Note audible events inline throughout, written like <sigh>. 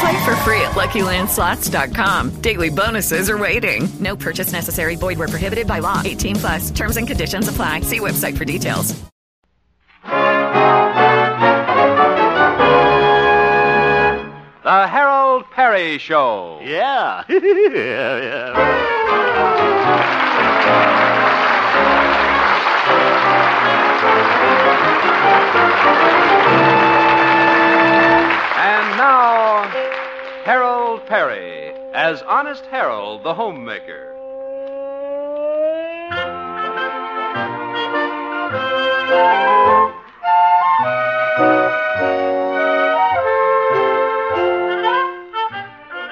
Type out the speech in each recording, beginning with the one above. Play for free at LuckyLandSlots.com. Daily bonuses are waiting. No purchase necessary. Void where prohibited by law. 18 plus. Terms and conditions apply. See website for details. The Harold Perry Show. Yeah. <laughs> yeah, yeah. And now, Harold Perry as Honest Harold the Homemaker.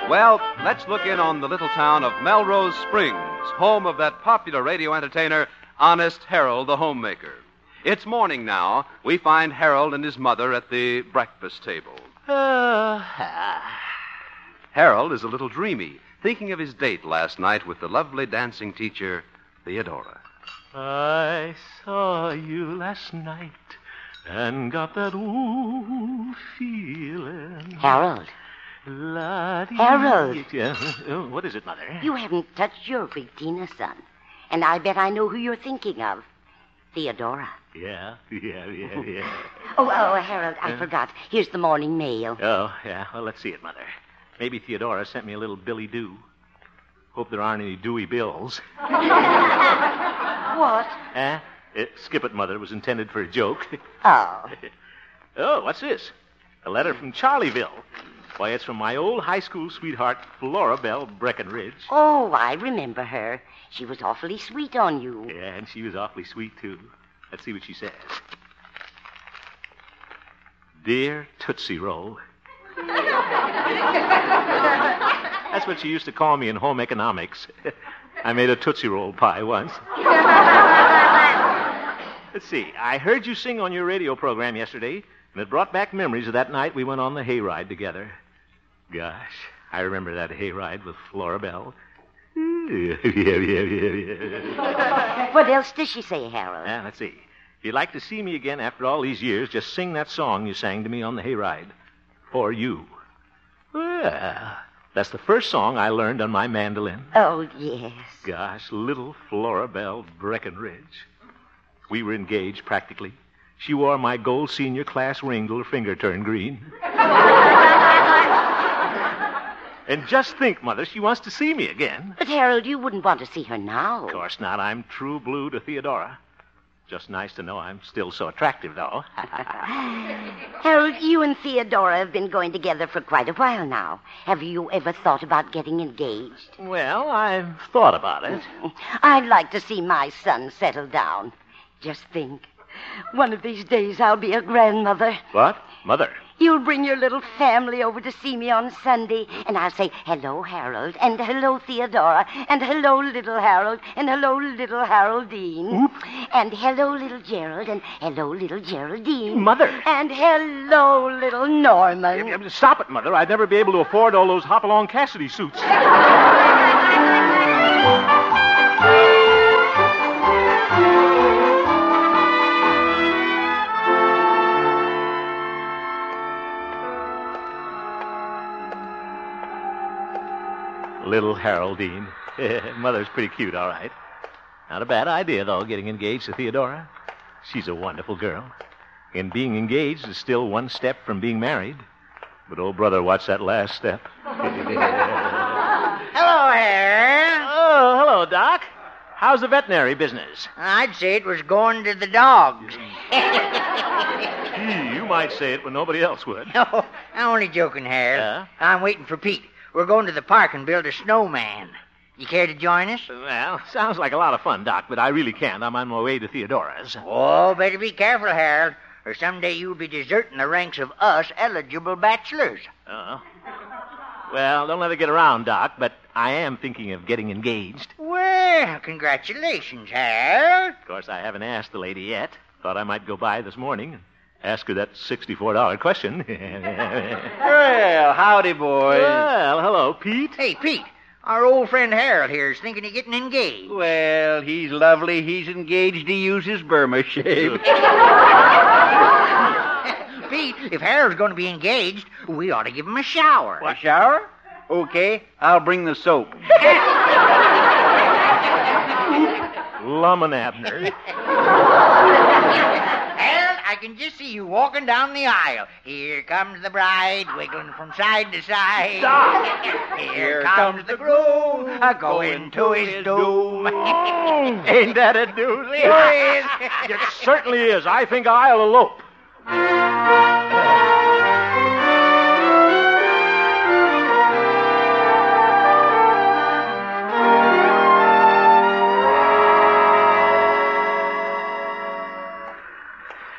Well, let's look in on the little town of Melrose Springs, home of that popular radio entertainer, Honest Harold the Homemaker. It's morning now. We find Harold and his mother at the breakfast table. Oh, ah. Harold is a little dreamy, thinking of his date last night with the lovely dancing teacher, Theodora. I saw you last night and got that old feeling. Harold, La- Harold. Yeah. Oh, What is it, Mother? you haven't touched your Regina, son. And I bet I know who you're thinking of. Theodora. Yeah, yeah, yeah, yeah. Oh, oh, Harold, I forgot. Here's the morning mail. Oh, yeah. Well, let's see it, Mother. Maybe Theodora sent me a little Billy Doo. Hope there aren't any Dewey bills. What? Eh? Uh, skip it, Mother. It was intended for a joke. <laughs> Oh. oh, what's this? A letter from Charlieville. Why, it's from my old high school sweetheart, Flora Bell Breckenridge. Oh, I remember her. She was awfully sweet on you. Yeah, and she was awfully sweet, too. Let's see what she says. Dear Tootsie Roll. That's what she used to call me in home economics. <laughs> I made a Tootsie Roll pie <laughs> once. Let's see. I heard you sing on your radio program yesterday, and it brought back memories of that night we went on the hayride together. Gosh, I remember that hayride with Flora Bell. yeah, yeah, yeah, yeah, yeah. <laughs> What else does she say, Harold? Now, let's see. If you'd like to see me again after all these years, just sing that song you sang to me on the hayride. For you. Well, that's the first song I learned on my mandolin. Oh, yes. Gosh, little Florabelle Breckenridge. We were engaged practically. She wore my gold senior class ring till her finger turned <laughs> green. and just think, Mother, she wants to see me again. But, Harold, you wouldn't want to see her now. Of course not. I'm true blue to Theodora. Just nice to know I'm still so attractive, though. <laughs> Harold, you and Theodora have been going together for quite a while now. Have you ever thought about getting engaged? well, I've thought about it. <laughs> I'd like to see my son settle down. Just think. One of these days I'll be a grandmother. What? Mother. You'll bring your little family over to see me on Sunday, and I'll say, Hello, Harold, and hello, Theodora, and hello, little Harold, and hello, little Haroldine. And hello, little Gerald, and hello, little Geraldine. Mother. And hello, little Norman. Stop it, Mother. I'd never be able to afford all those Hopalong Cassidy suits. Little Haroldine. <laughs> Mother's pretty cute, all right. Not a bad idea, though, getting engaged to Theodora. She's a wonderful girl. And being engaged is still one step from being married. But, old brother, watch that last step. Hello, Harry. Oh, hello, Doc. How's the veterinary business? I'd say it was going to the dogs. Gee, you might say it when nobody else would. <laughs> no, I'm only joking, Harold. I'm waiting for Pete. We're going to the park and build a snowman. You care to join us? Well, sounds like a lot of fun, Doc, but I really can't. I'm on my way to Theodora's. Oh, better be careful, Harold, or someday you'll be deserting the ranks of us eligible bachelors. Uh, well, don't let it get around, Doc, but I am thinking of getting engaged. Well, congratulations, Harold. Of course, I haven't asked the lady yet. Thought I might go by this morning and ask her that $64 question. <laughs> Well, howdy, boys. Well, hello, Pete. Hey, Pete. Our old friend Harold here is thinking of getting engaged. Well, he's lovely. He's engaged to use his Burma <laughs> shave. Pete, if Harold's going to be engaged, we ought to give him a shower. A shower? Okay, I'll bring the soap. Lumen Abner. Harold, I can just see you walking down the aisle. Here comes the bride, wiggling from side to side. Stop. <laughs> Here, Here comes, comes the groom, a going to his doom. Ain't that a doozy? Sure it <laughs> is. certainly is. I think I'll elope.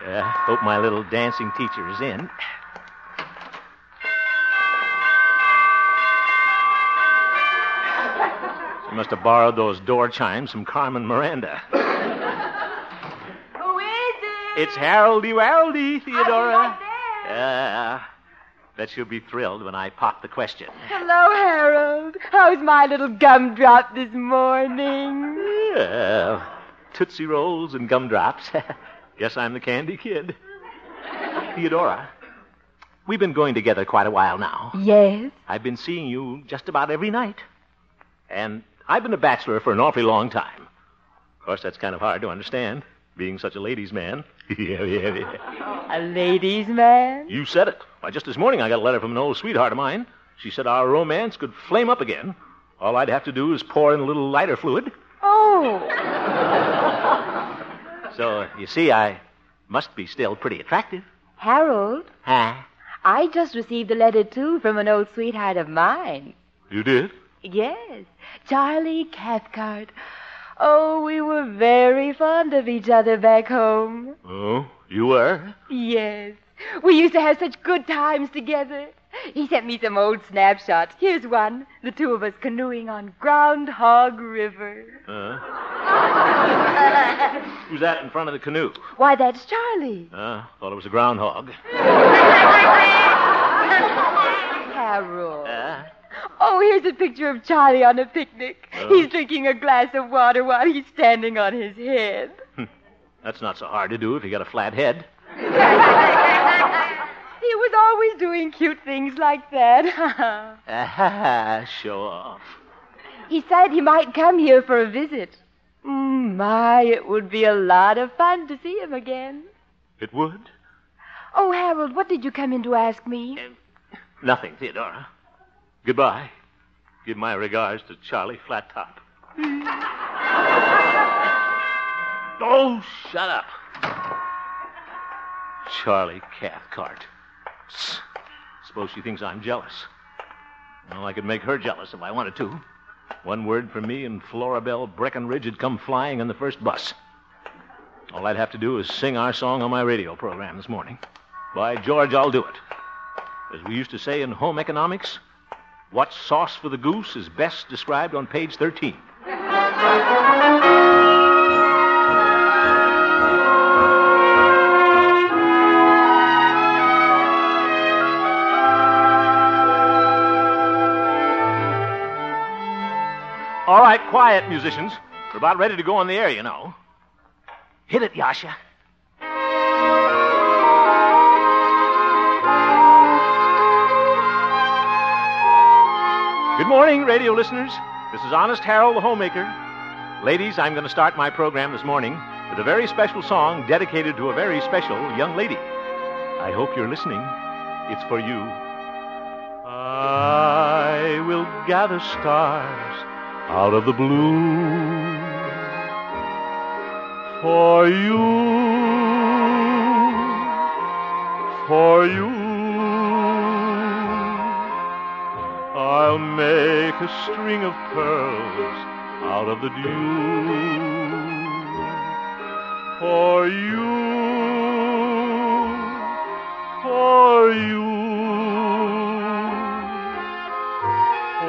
Uh, hope my little dancing teacher is in. She must have borrowed those door chimes from Carmen Miranda. Who is it? It's Haroldy Waroldy, Theodora. not Uh, bet she'll be thrilled when I pop the question. Hello, Harold. How's my little gumdrop this morning? Uh, Tootsie Rolls and gumdrops. <laughs> Guess I'm the candy kid. Theodora, we've been going together quite a while now. Yes. I've been seeing you just about every night. And I've been a bachelor for an awfully long time. Of course, that's kind of hard to understand, being such a ladies' man. <laughs> yeah, yeah, yeah. A ladies' man? You said it. Why, just this morning I got a letter from an old sweetheart of mine. She said our romance could flame up again. All I'd have to do is pour in a little lighter fluid. Oh. So, you see, I must be still pretty attractive. Harold, Huh? I just received a letter, too, from an old sweetheart of mine. You did? Yes, Charlie Cathcart. Oh, we were very fond of each other back home. Oh, you were? Yes. We used to have such good times together. He sent me some old snapshots. Here's one the two of us canoeing on Groundhog River. Huh? Uh, Who's that in front of the canoe? Why, that's Charlie. Uh, thought it was a groundhog. Harold. Oh, here's a picture of Charlie on a picnic. Oh. He's drinking a glass of water while he's standing on his head. That's not so hard to do if you got a flat head. He was always doing cute things like that. <laughs> Ah, show off. He said he might come here for a visit. Mm, my, it would be a lot of fun to see him again. It would? Oh, Harold, what did you come in to ask me? Nothing, Theodora. Goodbye. Give my regards to Charlie Flat Top. Hmm. oh, shut up. Charlie Cathcart. Psst. Suppose she thinks I'm jealous. Well, I could make her jealous if I wanted to. One word from me, and Florabelle Breckenridge would come flying on the first bus. All I'd have to do is sing our song on my radio program this morning. By George, I'll do it. As we used to say in home economics, what sauce for the goose is best described on page 13. All right, quiet, musicians. We're about ready to go on the air, you know. Hit it, Yasha. Good morning, radio listeners. This is Honest Harold, the homemaker. Ladies, I'm going to start my program this morning with a very special song dedicated to a very special young lady. I hope you're listening. It's for you. I will gather stars out of the blue for you, for you. I'll make a string of pearls out of the dew for you, for you.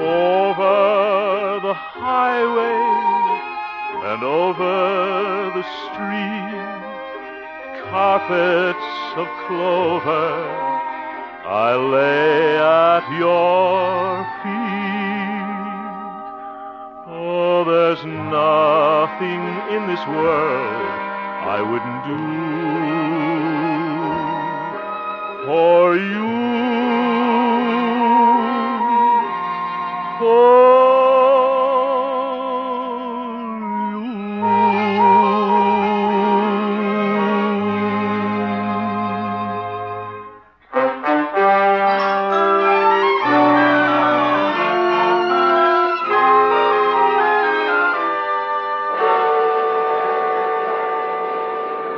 Over the highway and over the stream, carpets of clover I lay at your feet. Oh, there's nothing in this world I wouldn't do for you, for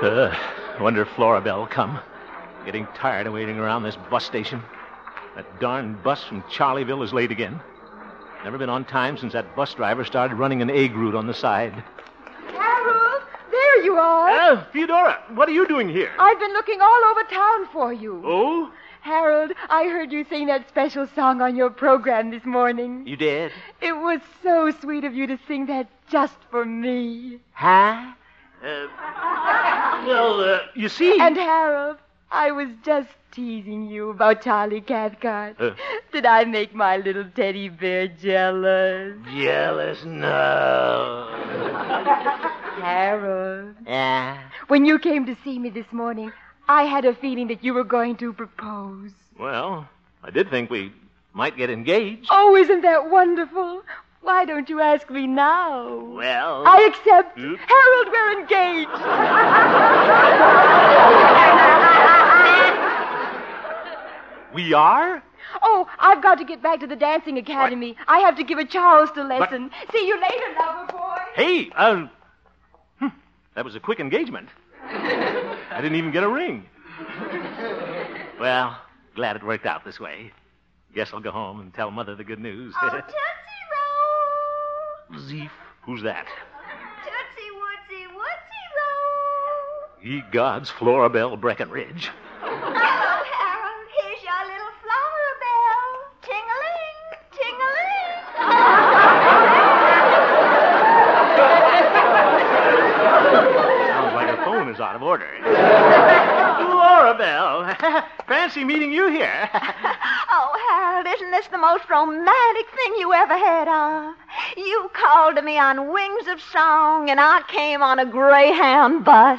Uh, wonder if Floribel will come. Getting tired of waiting around this bus station. That darn bus from Charleville is late again. Never been on time since that bus driver started running an egg route on the side. Harold, there you are. Oh, Theodora, what are you doing here? I've been looking all over town for you. Oh? Harold, I heard you sing that special song on your program this morning. You did? It was so sweet of you to sing that just for me. Huh? Uh, well, uh, you see. And Harold, I was just teasing you about Charlie Cathcart. Uh. Did I make my little teddy bear jealous? <laughs> Jealous? No. Harold, Yeah. when you came to see me this morning, I had a feeling that you were going to propose. Well, I did think we might get engaged. Oh, isn't that wonderful? Why don't you ask me now? Well. I accept. Oops. Harold, we're engaged. We are? Oh, I've got to get back to the dancing academy. I have to give a Charleston lesson. See you later, lover boy. Hey, um. hmm, that was a quick engagement. I didn't even get a ring. Well, glad it worked out this way. Guess I'll go home and tell Mother the good news. Oh, <laughs> Zeef, who's that? Tootsie Wootsie Wootsie Roll. Ye gods, Florabelle Breckenridge. Hello, Harold. Here's your little flower bell. Ting-a-ling, ting-a-ling. Sounds like her phone is out of order. Florabelle, <laughs> fancy meeting you here. Oh, Harold, isn't this the most romantic thing you ever heard of? You called to me on wings of song, and I came on a Greyhound bus.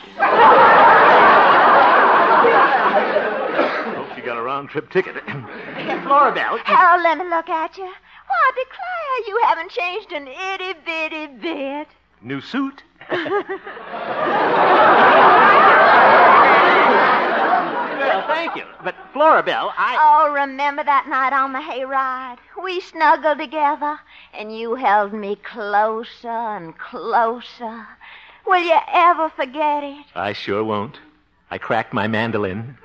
Hope she got a round trip ticket. <clears throat> Florabelle, Harold, let me look at you. Why, I declare you haven't changed an itty bitty bit. new suit. well, thank you. But Florabelle, I Oh, remember that night on the hayride? We snuggled together, and you held me closer and closer. Will you ever forget it? I sure won't. I cracked my mandolin.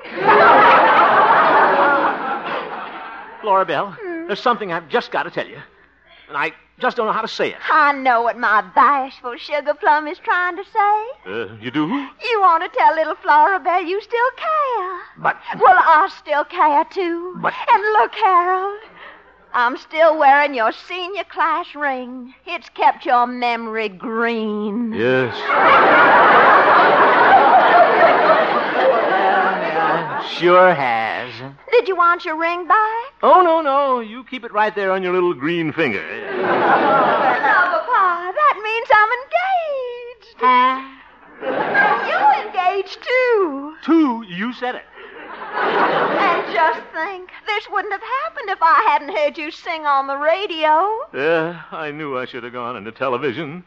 Florabelle, Hmm. there's something I've just got to tell you. And I just don't know how to say it. I know what my bashful sugar plum is trying to say. Uh, you do? You want to tell little Floribel you still care. But Well, I still care, too. But- And look, Harold, I'm still wearing your senior class ring. It's kept your memory green. Yes. sure has. Did you want your ring back? Oh, no, no. You keep it right there on your little green finger. Oh, Papa, that means I'm engaged. Uh. you engaged too. Two, you said it. And just think, this wouldn't have happened if I hadn't heard you sing on the radio. Yeah, Uh, I knew I should have gone into television.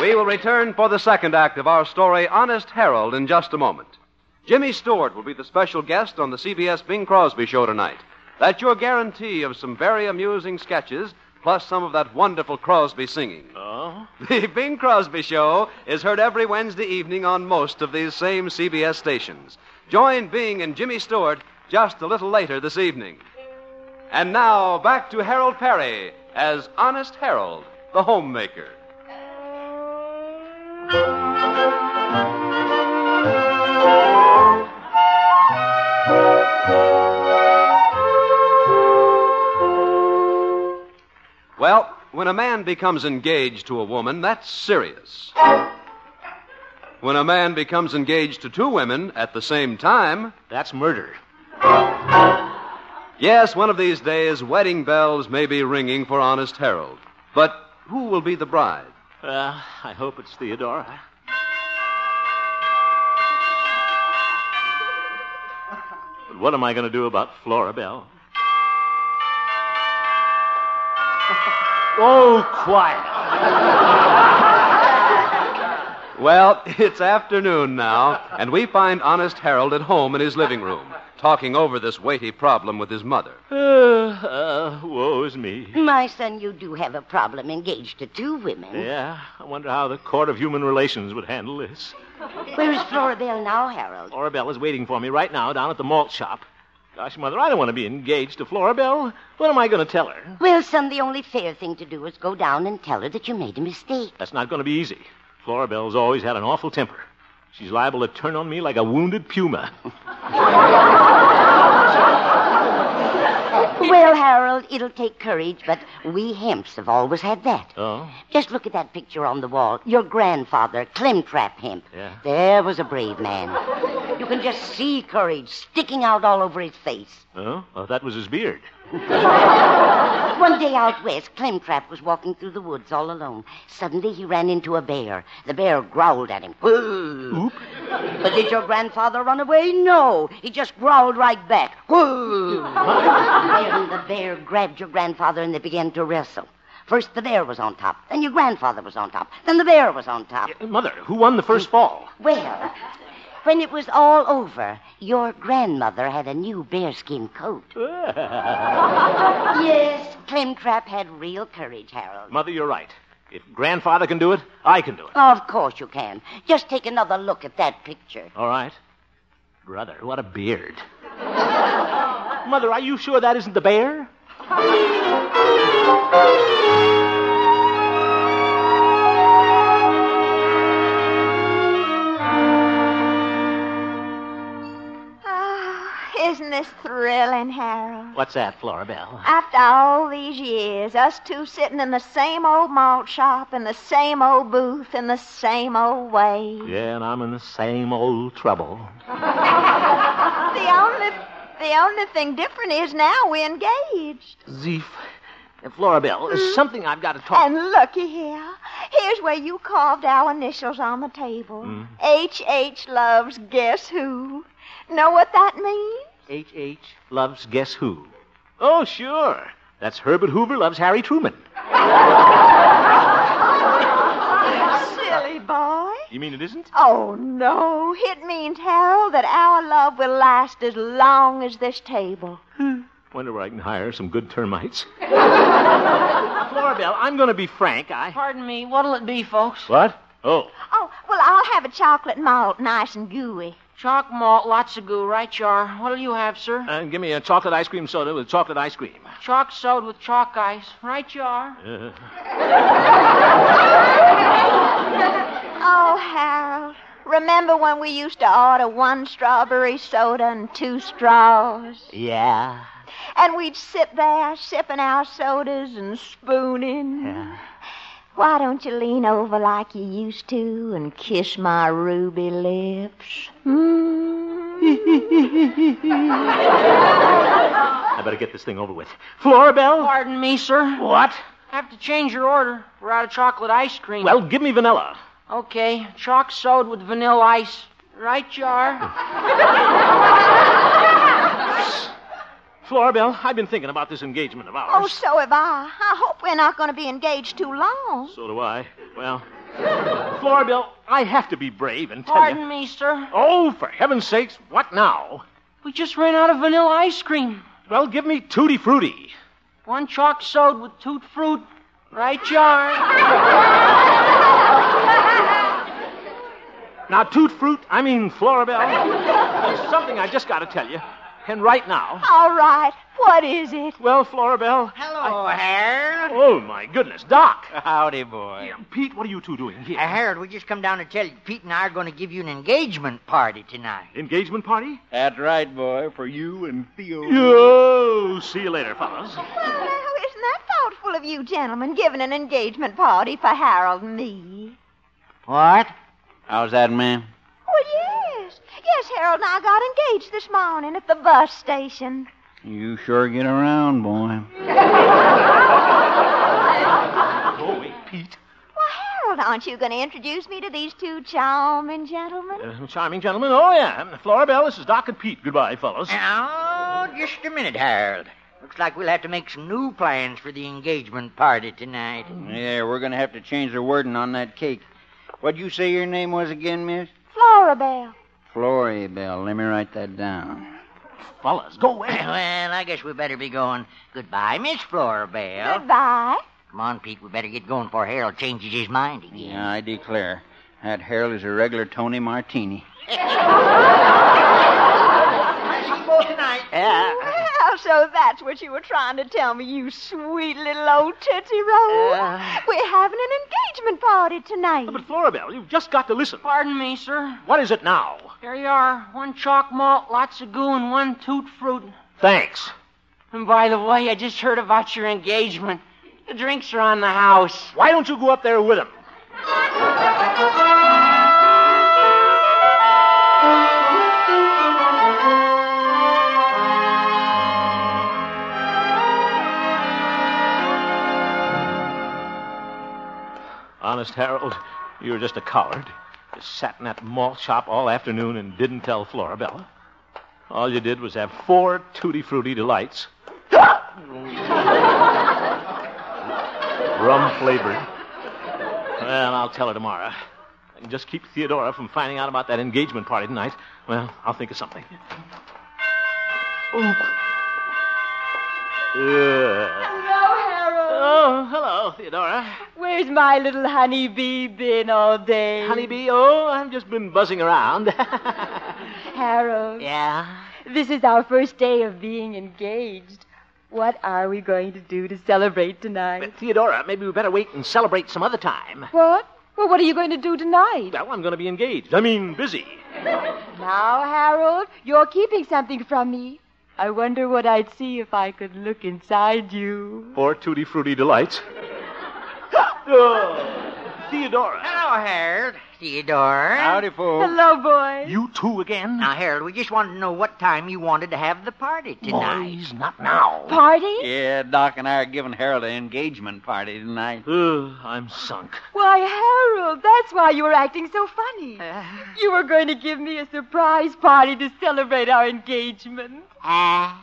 We will return for the second act of our story, Honest Harold, in just a moment. Jimmy Stewart will be the special guest on the CBS Bing Crosby show tonight. That's your guarantee of some very amusing sketches, plus some of that wonderful Crosby singing. Oh? The Bing Crosby Show is heard every Wednesday evening on most of these same CBS stations. Join Bing and Jimmy Stewart just a little later this evening. And now, back to Harold Perry as Honest Harold, the homemaker. Well, when a man becomes engaged to a woman, that's serious. When a man becomes engaged to two women at the same time, that's murder. Yes, one of these days, wedding bells may be ringing for Honest Harold. But who will be the bride? Well, I hope it's Theodora. But what am I going to do about Florabelle? Oh, quiet. Well, it's afternoon now, and we find Honest Harold at home in his living room, talking over this weighty problem with his mother. Uh, uh, woe is me. <sighs> My son, you do have a problem engaged to two women. Yeah, I wonder how the Court of Human Relations would handle this. Where is Florabelle now, Harold? Florabelle is waiting for me right now down at the malt shop. Gosh, Mother, I don't want to be engaged to Florabelle. What am I going to tell her? Well, son, the only fair thing to do is go down and tell her that you made a mistake. That's not going to be easy. Florabelle's always had an awful temper. She's liable to turn on me like a wounded puma. <laughs> <laughs> well, Harold, it'll take courage, but we Hemps have always had that. Oh? Just look at that picture on the wall. Your grandfather, Clemtrap Hemp. Yeah. There was a brave man. You can just see courage sticking out all over his face. <laughs> Oh? Well, that was his beard. One day out west, Clemtrap was walking through the woods all alone. Suddenly he ran into a bear. The bear growled at him. <laughs> Oop. But did your grandfather run away? No. He just growled right back. then the bear grabbed your grandfather and they began to wrestle. First the bear was on top, then your grandfather was on top, then the bear was on top. Mother, who won the first fall? Well, when it was all over, your grandmother had a new bearskin coat. <laughs> yes, Clemtrap had real courage, Harold. Mother, you're right. If grandfather can do it, I can do it. Of course you can. Just take another look at that picture. All right. Brother, what a beard. Mother, are you sure that isn't the bear? Isn't this thrilling, Harold? What's that, Florabelle? After all these years, us two sitting in the same old malt shop, in the same old booth, in the same old way. Yeah, and I'm in the same old trouble. The only, the only thing different is now we're engaged. Zeef. And Florabelle, there's something I've got to talk. And looky here, here's where you carved our initials on the table. Mm. H H loves guess who. Know what that means? H.H. loves Guess Who. Oh, sure. That's Herbert Hoover loves Harry Truman. Oh, Silly boy. You mean it isn't? Oh, no. It means, Harold, that our love will last as long as this table. Wonder where I can hire some good termites. Florabelle, I'm going to be frank. I. Pardon me, what'll it be, folks? What? Oh, Oh, well, I'll have a chocolate malt, nice and gooey. Chalk malt, lots of goo, right, Char? What'll you have, sir? and give me a chocolate ice cream soda with chocolate ice cream. Chalk sewed with chalk ice, right, Char? Uh, Oh, Harold, remember when we used to order one strawberry soda and two straws? yeah. And we'd sit there sipping our sodas and spooning. Why don't you lean over like you used to and kiss my ruby lips? Oh, I better get this thing over with. Florabelle? Pardon me, sir. What? Have to change your order. We're out of chocolate ice cream. Well, give me vanilla. Okay, chalk sewed with vanilla ice, right, <laughs> Char? Florabelle, I've been thinking about this engagement of Oh, ours. so have I. I hope we're not going to be engaged too long. So do I. Well, Florabelle, I have to be brave and tell Pardon you. me, sir. Oh, for heaven's sakes, what now? We just ran out of vanilla ice cream. Well, give me Tutti Frutti. One chalk sewed with toot fruit. Right, <laughs> Jar. Now, Toot Fruit, I mean Florabelle. There's something I just got to tell you. And right now. All right. What is it? Well, Florabelle. Hello, Harold. Oh, my goodness, Doc. <laughs> Howdy, boy. Uh, Pete, what are you two doing here? Harold, we just come down to tell you Pete and I are going to give you an engagement party tonight. Engagement party? That's right, boy, for you and Theo. Yo, see you later, fellas. Oh, isn't that thoughtful of you gentlemen giving an engagement party for Harold and me? What? How's that, ma'am? Well, yes. Yes, Harold and I got engaged this morning at the bus station. You sure get around, boy. Oh, wait, Pete. Well, Harold, aren't you going to introduce me to these two charming gentlemen? Uh, charming gentlemen. Oh, yeah. Florabelle, this is Doc and Pete. Goodbye, fellas. Now, just a minute, Harold. Looks like we'll have to make some new plans for the engagement party tonight. Yeah, we're going to have to change the wording on that cake. What'd you say your name was again, miss? Florabelle. Floribel. Let me write that down. Fellas, go away. <laughs> well, I guess we better be going. Goodbye, Miss Florabelle. Goodbye. Come on, Pete. We better get going before Harold changes his mind again. Yeah, I declare. That Harold is a regular Tony Martini. both tonight. Well, so that's what you were trying to tell me, you sweet little old Tootsie Roll. Uh. We're having an engagement party tonight. But Florabelle, you've just got to listen. Pardon me, sir. What is it now? Here you are. One chalk malt, lots of goo, and one toot fruit. Thanks. And by the way, I just heard about your engagement. The drinks are on the house. Why don't you go up there with him? Honest, Harold, you were just a coward. You sat in that malt shop all afternoon and didn't tell Florabella. All you did was have four Tutti Frutti delights. <laughs> Rum flavored. Well, I'll tell her tomorrow. I can just keep Theodora from finding out about that engagement party tonight. Well, I'll think of something. Oh. Yeah. Hello, Harold. Oh, hello, Theodora. Where's my little honeybee been all day? Honeybee, oh, I've just been buzzing around. <laughs> Harold. Yeah? This is our first day of being engaged. What are we going to do to celebrate tonight? Theodora, maybe we better wait and celebrate some other time. What? Well, what are you going to do tonight? Well, I'm going to be engaged. I mean, <laughs> busy. Now, Harold, you're keeping something from me. I wonder what I'd see if I could look inside you. Four Tutti Frutti delights. oh, Theodora. Hello, Harold. Theodore. Howdy, folks. Hello, boy. You two again? Now, Harold, we just wanted to know what time you wanted to have the party tonight. Boys, not now. Party? Yeah, Doc and I are giving Harold an engagement party tonight. Ugh, I'm sunk. Why, Harold, that's why you were acting so funny. you were going to give me a surprise party to celebrate our engagement. Ah.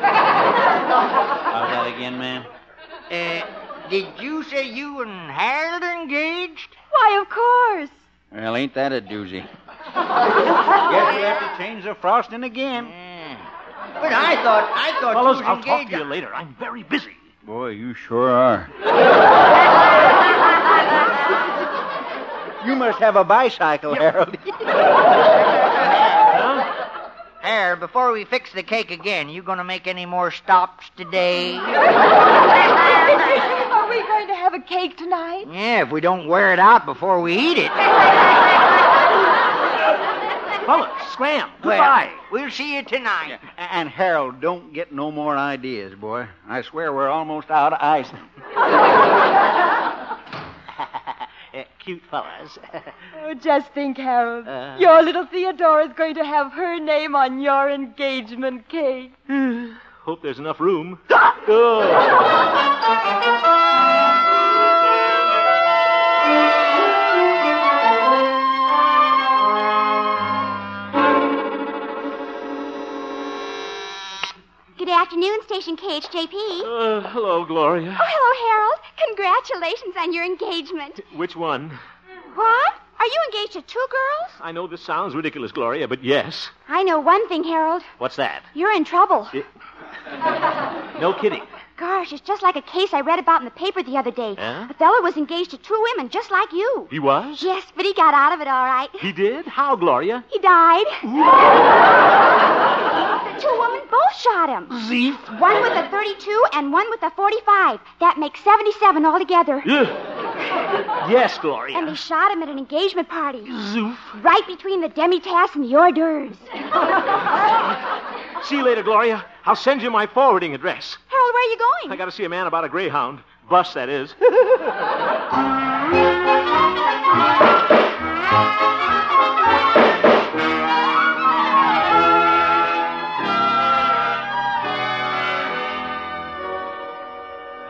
How's that again, ma'am? Uh, did you say you and Harold are engaged? Why, of course. Well, ain't that a doozy? Guess we have to change the frosting again. But I thought I thought Fellas, you was I'll talk engaged. to you later. I'm very busy. Boy, you sure are. <laughs> you must have a bicycle, Harold. <laughs> Harold, before we fix the cake again, you gonna make any more stops today? Are we going to have a cake tonight? yeah, if we don't wear it out before we eat it. Fellas, scram. Well, Goodbye. we'll see you tonight. and Harold, don't get no more ideas, boy. I swear we're almost out of <laughs> ice. Eh, Uh, cute <laughs> fellas. <laughs> Oh, just think, Harold. Uh, Your little Theodora's going to have her name on your <sighs> engagement cake. Hope there's enough room. <laughs> Oh. Ugh. Good afternoon, Station KHJP. Oh, Uh, hello, Gloria. hello, Harold. Congratulations on your engagement. Which one? What? Are you engaged to two girls? I know this sounds ridiculous, Gloria, but yes. I know one thing, Harold. What's that? You're in trouble. It- No kidding. Gosh, it's just like a case I read about in the paper the other day. Huh? A fellow was engaged to two women just like you. He was? Yes, but he got out of it all right. He did? How, Gloria? He died. the two women both shot him. Zeef. One with a 32 and one with a 45. That makes 77 altogether. <laughs> Yes, Gloria. And they shot him at an engagement party. Right between the demi-tasse and the hors d'oeuvres. See you later, Gloria. I'll send you my forwarding address. Harold, where are you going? I gotta see a man about a greyhound. Bus, that is.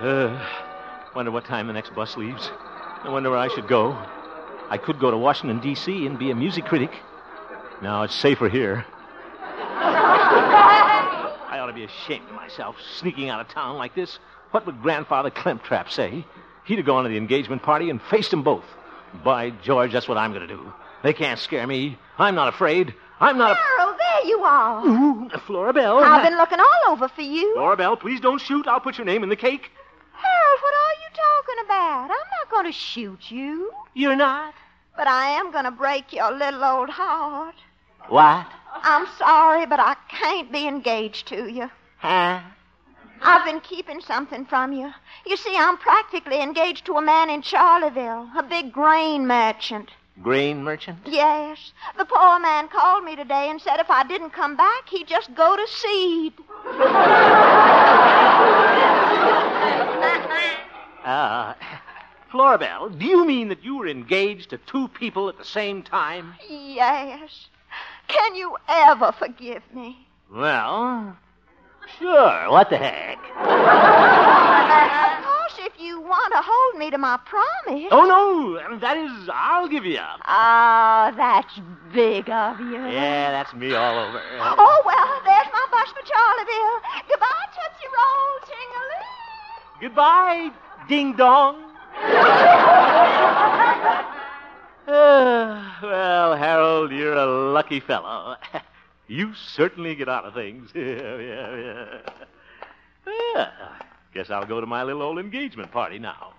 Uh, wonder what time the next bus leaves. I wonder where I should go. I could go to Washington, D.C. and be a music critic. No, it's safer here. I ought to be ashamed of myself sneaking out of town like this. What would Grandfather Clemtrap say? He'd have gone to the engagement party and faced 'em both. By George, that's what I'm going to do. They can't scare me. I'm not afraid. I'm not a. Harold, there you are. <laughs> Flora Bell. I've been looking all over for you. Flora Bell, please don't shoot. I'll put your name in the cake. Harold, Oh, what are you talking about? I'm not going to shoot you. You're not? But I am going to break your little old heart. What? I'm sorry, but I can't be engaged to you. Huh? I've been keeping something from you. You see, I'm practically engaged to a man in Charleville, a big grain merchant. Grain merchant? Yes. The poor man called me today and said if I didn't come back, he'd just go to seed. <laughs> <laughs> Uh, Flora Bell, do you mean that you were engaged to two people at the same time? Yes. Can you ever forgive me? Well, sure. What the heck? Of course, if you want to hold me to my promise. Oh, no. That is, I'll give you up. Oh, that's big of you. Yeah, that's me all over. Oh, well, there's my bus for Charleville. Goodbye, Tootsie Roll, Tingaloo. Goodbye, ding dong. <sighs> <laughs> well, Harold, you're a lucky fellow. <laughs> you certainly get out of things. <laughs> yeah, yeah, yeah. Yeah. Guess I'll go to my little old engagement party now.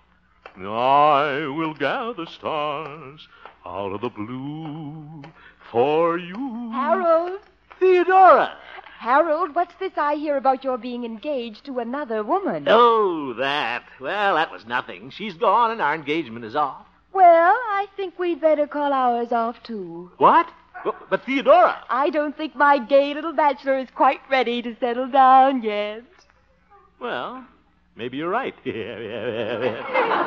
I will gather stars out of the blue for you. Harold? Theodora. Harold, what's this I hear about your being engaged to another woman? Oh, that. Well, that was nothing. She's gone and our engagement is off. Well, I think we'd better call ours off, too. What? But, but Theodora. I don't think my gay little bachelor is quite ready to settle <laughs> down yet. Well, maybe you're right. <laughs> Yeah, yeah, yeah,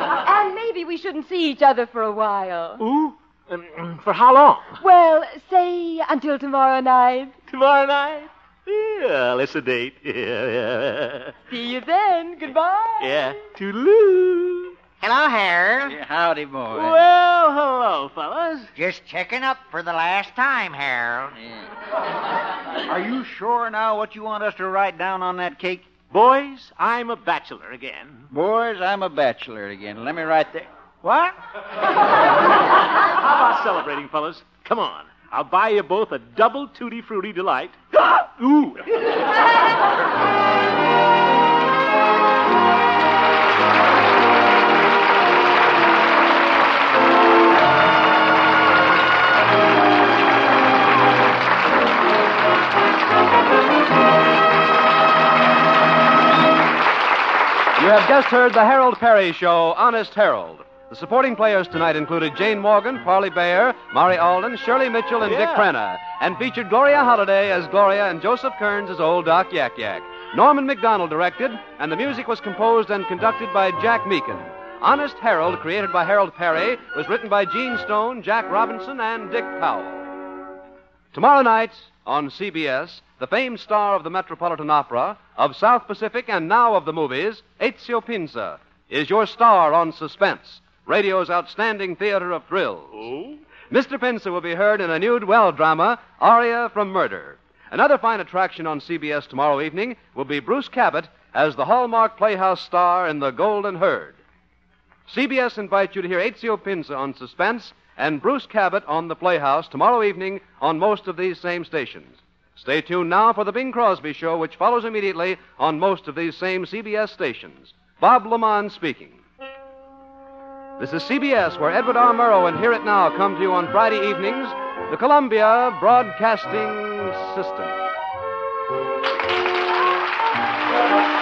and maybe we shouldn't see each other for a while. Ooh? yeah. For how long? Well, say until tomorrow night. Tomorrow night? Yeah, let's a date. <laughs> Yeah, yeah, See you then. Goodbye. yeah. Yeah. Toodaloo. Hello, Harold. Howdy, boy. Well, hello, fellas. Just checking up for the last time, Harold. Are you sure now what you want us to write down on that cake? Boys, I'm a bachelor again. Boys, I'm a bachelor again. Let me write that. What? How about celebrating, fellas? Come on. I'll buy you both a double tutti frutti delight. <gasps> Ooh. You have just heard the Harold Perry Show, Honest Harold. The supporting players tonight included Jane Morgan, Parley Bayer, Mari Alden, Shirley Mitchell, and Dick Yeah. Prana, and featured Gloria Holliday as Gloria and Joseph Kearns as Old Doc Yak Yak. Norman McDonald directed, and the music was composed and conducted by Jack Meakin. Honest Harold, created by Harold Perry, was written by Gene Stone, Jack Robinson, and Dick Powell. Tomorrow night on CBS, the famed star of the Metropolitan Opera, of South Pacific, and now of the movies, Ezio Pinza, is your star on Suspense, radio's outstanding theater of thrills. Mr. Pinza will be heard in a new well drama, Aria from Murder. Another fine attraction on CBS tomorrow evening will be Bruce Cabot as the Hallmark Playhouse star in The Golden Herd. CBS invites you to hear Ezio Pinza on Suspense and Bruce Cabot on The Playhouse tomorrow evening on most of these same stations. Stay tuned now for The Bing Crosby Show, which follows immediately on most of these same CBS stations. Bob Lamont speaking. This is CBS, where Edward R. Murrow and Hear It Now come to you on Friday evenings, the Columbia Broadcasting System.